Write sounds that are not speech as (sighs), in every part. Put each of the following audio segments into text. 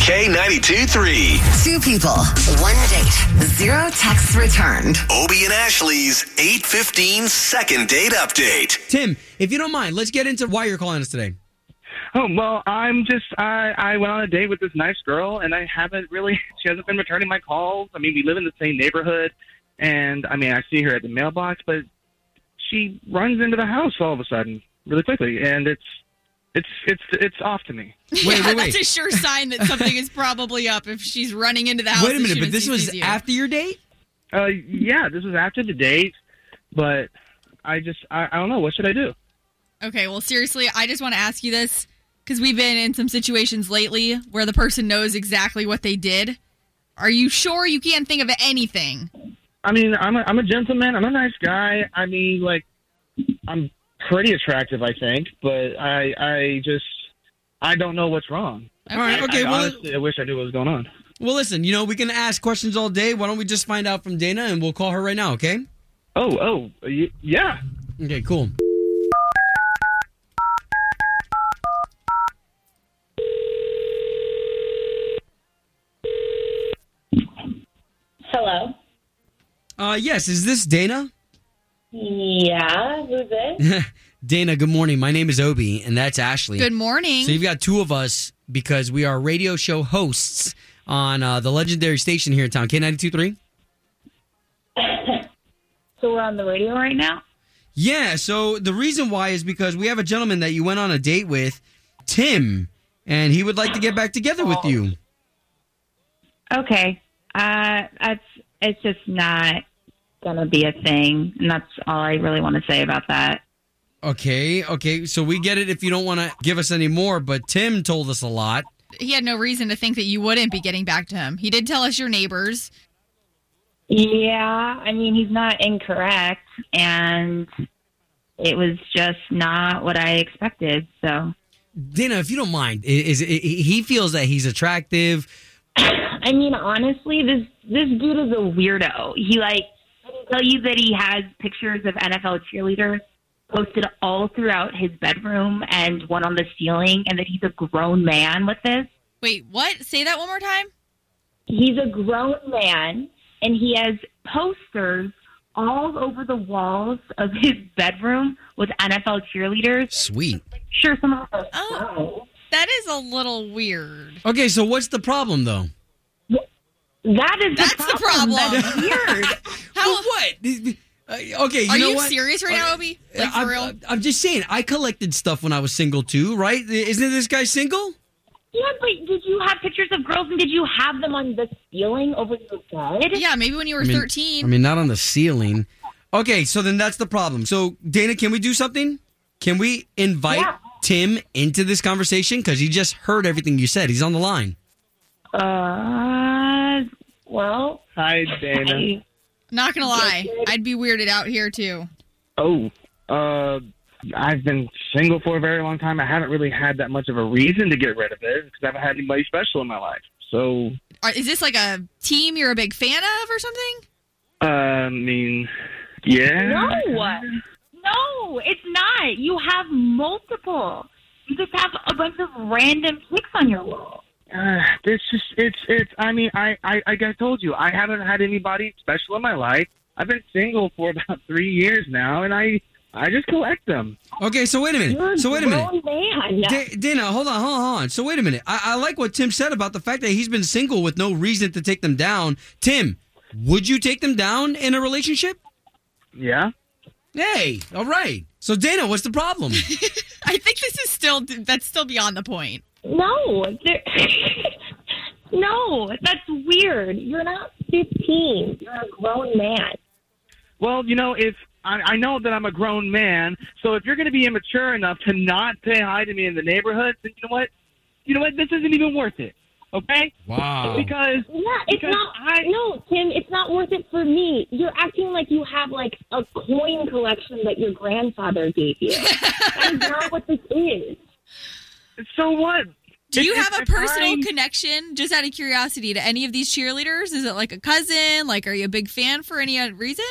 K92 3. Two people, one date, zero texts returned. Obie and Ashley's 815 second date update. Tim, if you don't mind, let's get into why you're calling us today. Oh well, I'm just I I went on a date with this nice girl, and I haven't really. (laughs) She hasn't been returning my calls. I mean, we live in the same neighborhood, and I mean, I see her at the mailbox, but she runs into the house all of a sudden, really quickly, and it's it's it's it's off to me. Wait, wait, That's a wait. sure sign that something is probably up if she's running into the house. Wait a and minute, she but this sees was you. after your date? Uh, yeah, this was after the date, but I just I, I don't know what should I do. Okay, well, seriously, I just want to ask you this because we've been in some situations lately where the person knows exactly what they did. Are you sure you can't think of anything? I mean, I'm a, I'm a gentleman. I'm a nice guy. I mean, like, I'm pretty attractive, I think, but I I just I don't know what's wrong. All right, I- okay. I, well, honestly, I wish I knew what was going on. well, listen, you know, we can ask questions all day. Why don't we just find out from Dana and we'll call her right now, okay? Oh, oh, y- yeah. Okay, cool. Hello. Uh, yes, is this Dana? Yeah, who's this? Dana, good morning. My name is Obi, and that's Ashley. Good morning. So you've got two of us because we are radio show hosts on uh, the legendary station here in town, K92.3. So we're on the radio right now. Yeah, so the reason why is because we have a gentleman that you went on a date with, Tim, and he would like to get back together with you. Okay. Uh, that's it's just not gonna be a thing, and that's all I really want to say about that. Oh. Okay, okay. So we get it if you don't want to give us any more, but Tim told us a lot. he had no reason to think that you wouldn't be getting back to him. He did tell us your neighbors. Yeah, I mean he's not incorrect, and it was just not what I expected. So Dana, if you don't mind, i- is, i he feels that he's attractive. I mean, honestly, this this dude is a weirdo. He like did he tell you that he has pictures of NFL cheerleaders posted all throughout his bedroom and one on the ceiling, and that he's a grown man with this. Wait, what? Say that one more time. He's a grown man, and he has posters all over the walls of his bedroom with NFL cheerleaders. Sweet. Sure, some of them. are Oh. fine. That is a little weird. Okay, so what's the problem though? That is That's the the (laughs) problem. problem. That's weird. How Well, what? Uh, Okay, you are know you what? serious right Okay, now, Obi? Like for I'm, real? I'm just saying, I collected stuff when I was single too, right? Isn't this guy single? Yeah, but did you have pictures of girls and did you have them on the ceiling over your bed? yeah, maybe when you were I mean- 13. I mean, not on the ceiling. Okay, so then that's the problem. So, Dana, can we do something? Can we invite Yeah. Tim into this conversation? Because he just heard everything you said. He's on the line. Uh, well, Hi, Dana. I, Not gonna lie, I'd be weirded out here too. Oh, uh, I've been single for a very long time. I haven't really had that much of a reason to get rid of it because I haven't had anybody special in my life. So, Are, is this like a team you're a big fan of or something? (laughs) uh, I mean, yeah. no, no, it's not. You have multiple. You just have a bunch of random pics on your wall. Uh, (sighs) it's just it's it's i mean I, I like i told you i haven't had anybody special in my life i've been single for (laughs) about three years now and i i just collect them Okay, so wait a minute. You're so wait a minute. grown man. Da- Dana, hold on, hold on, hold on. So wait a minute. I-, I like what Tim said about the fact that he's been single with no reason to take them down. Tim, would you take them down in a relationship? yeah Hey, all right. So Dana, what's the problem? I think this is still that's still beyond the point. No, there- (laughs) no, that's weird. You're not 15. You're a grown man. well you know if i, I know that i'm a grown man so if you're going to be immature enough to not say hi to me in the neighborhood then you know what you know what this isn't even worth it Okay? Wow. Because No, it's Because not. I- No, Tim, it's not worth it for me. You're acting like you have like a coin collection that your grandfather gave (laughs) you. That is not what this is. so what? Do If- you if- have a if personal I'm- connection, just out of curiosity, to any of these cheerleaders? Is it like a cousin? Like, are you a big fan for any uh, reason?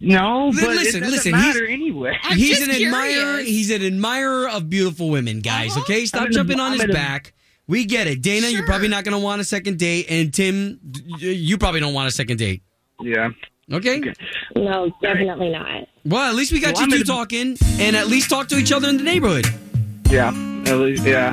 No, Li- but listen, it doesn't listen, he's- matter anyway. (laughs) I'm he's just an admirer. curious. He's an admirer of beautiful women, guys. Uh-huh. Okay, stop I'm an- jumping on I'm his an- back. We get it, Dana. You're Sure. probably not going to want a second date, and Tim, d- y- you probably don't want a second date. Yeah. Okay. No, definitely not. Well, at least we got Well, you I'm two an- talking, and at least talk to each other in the neighborhood. Yeah. At least, yeah,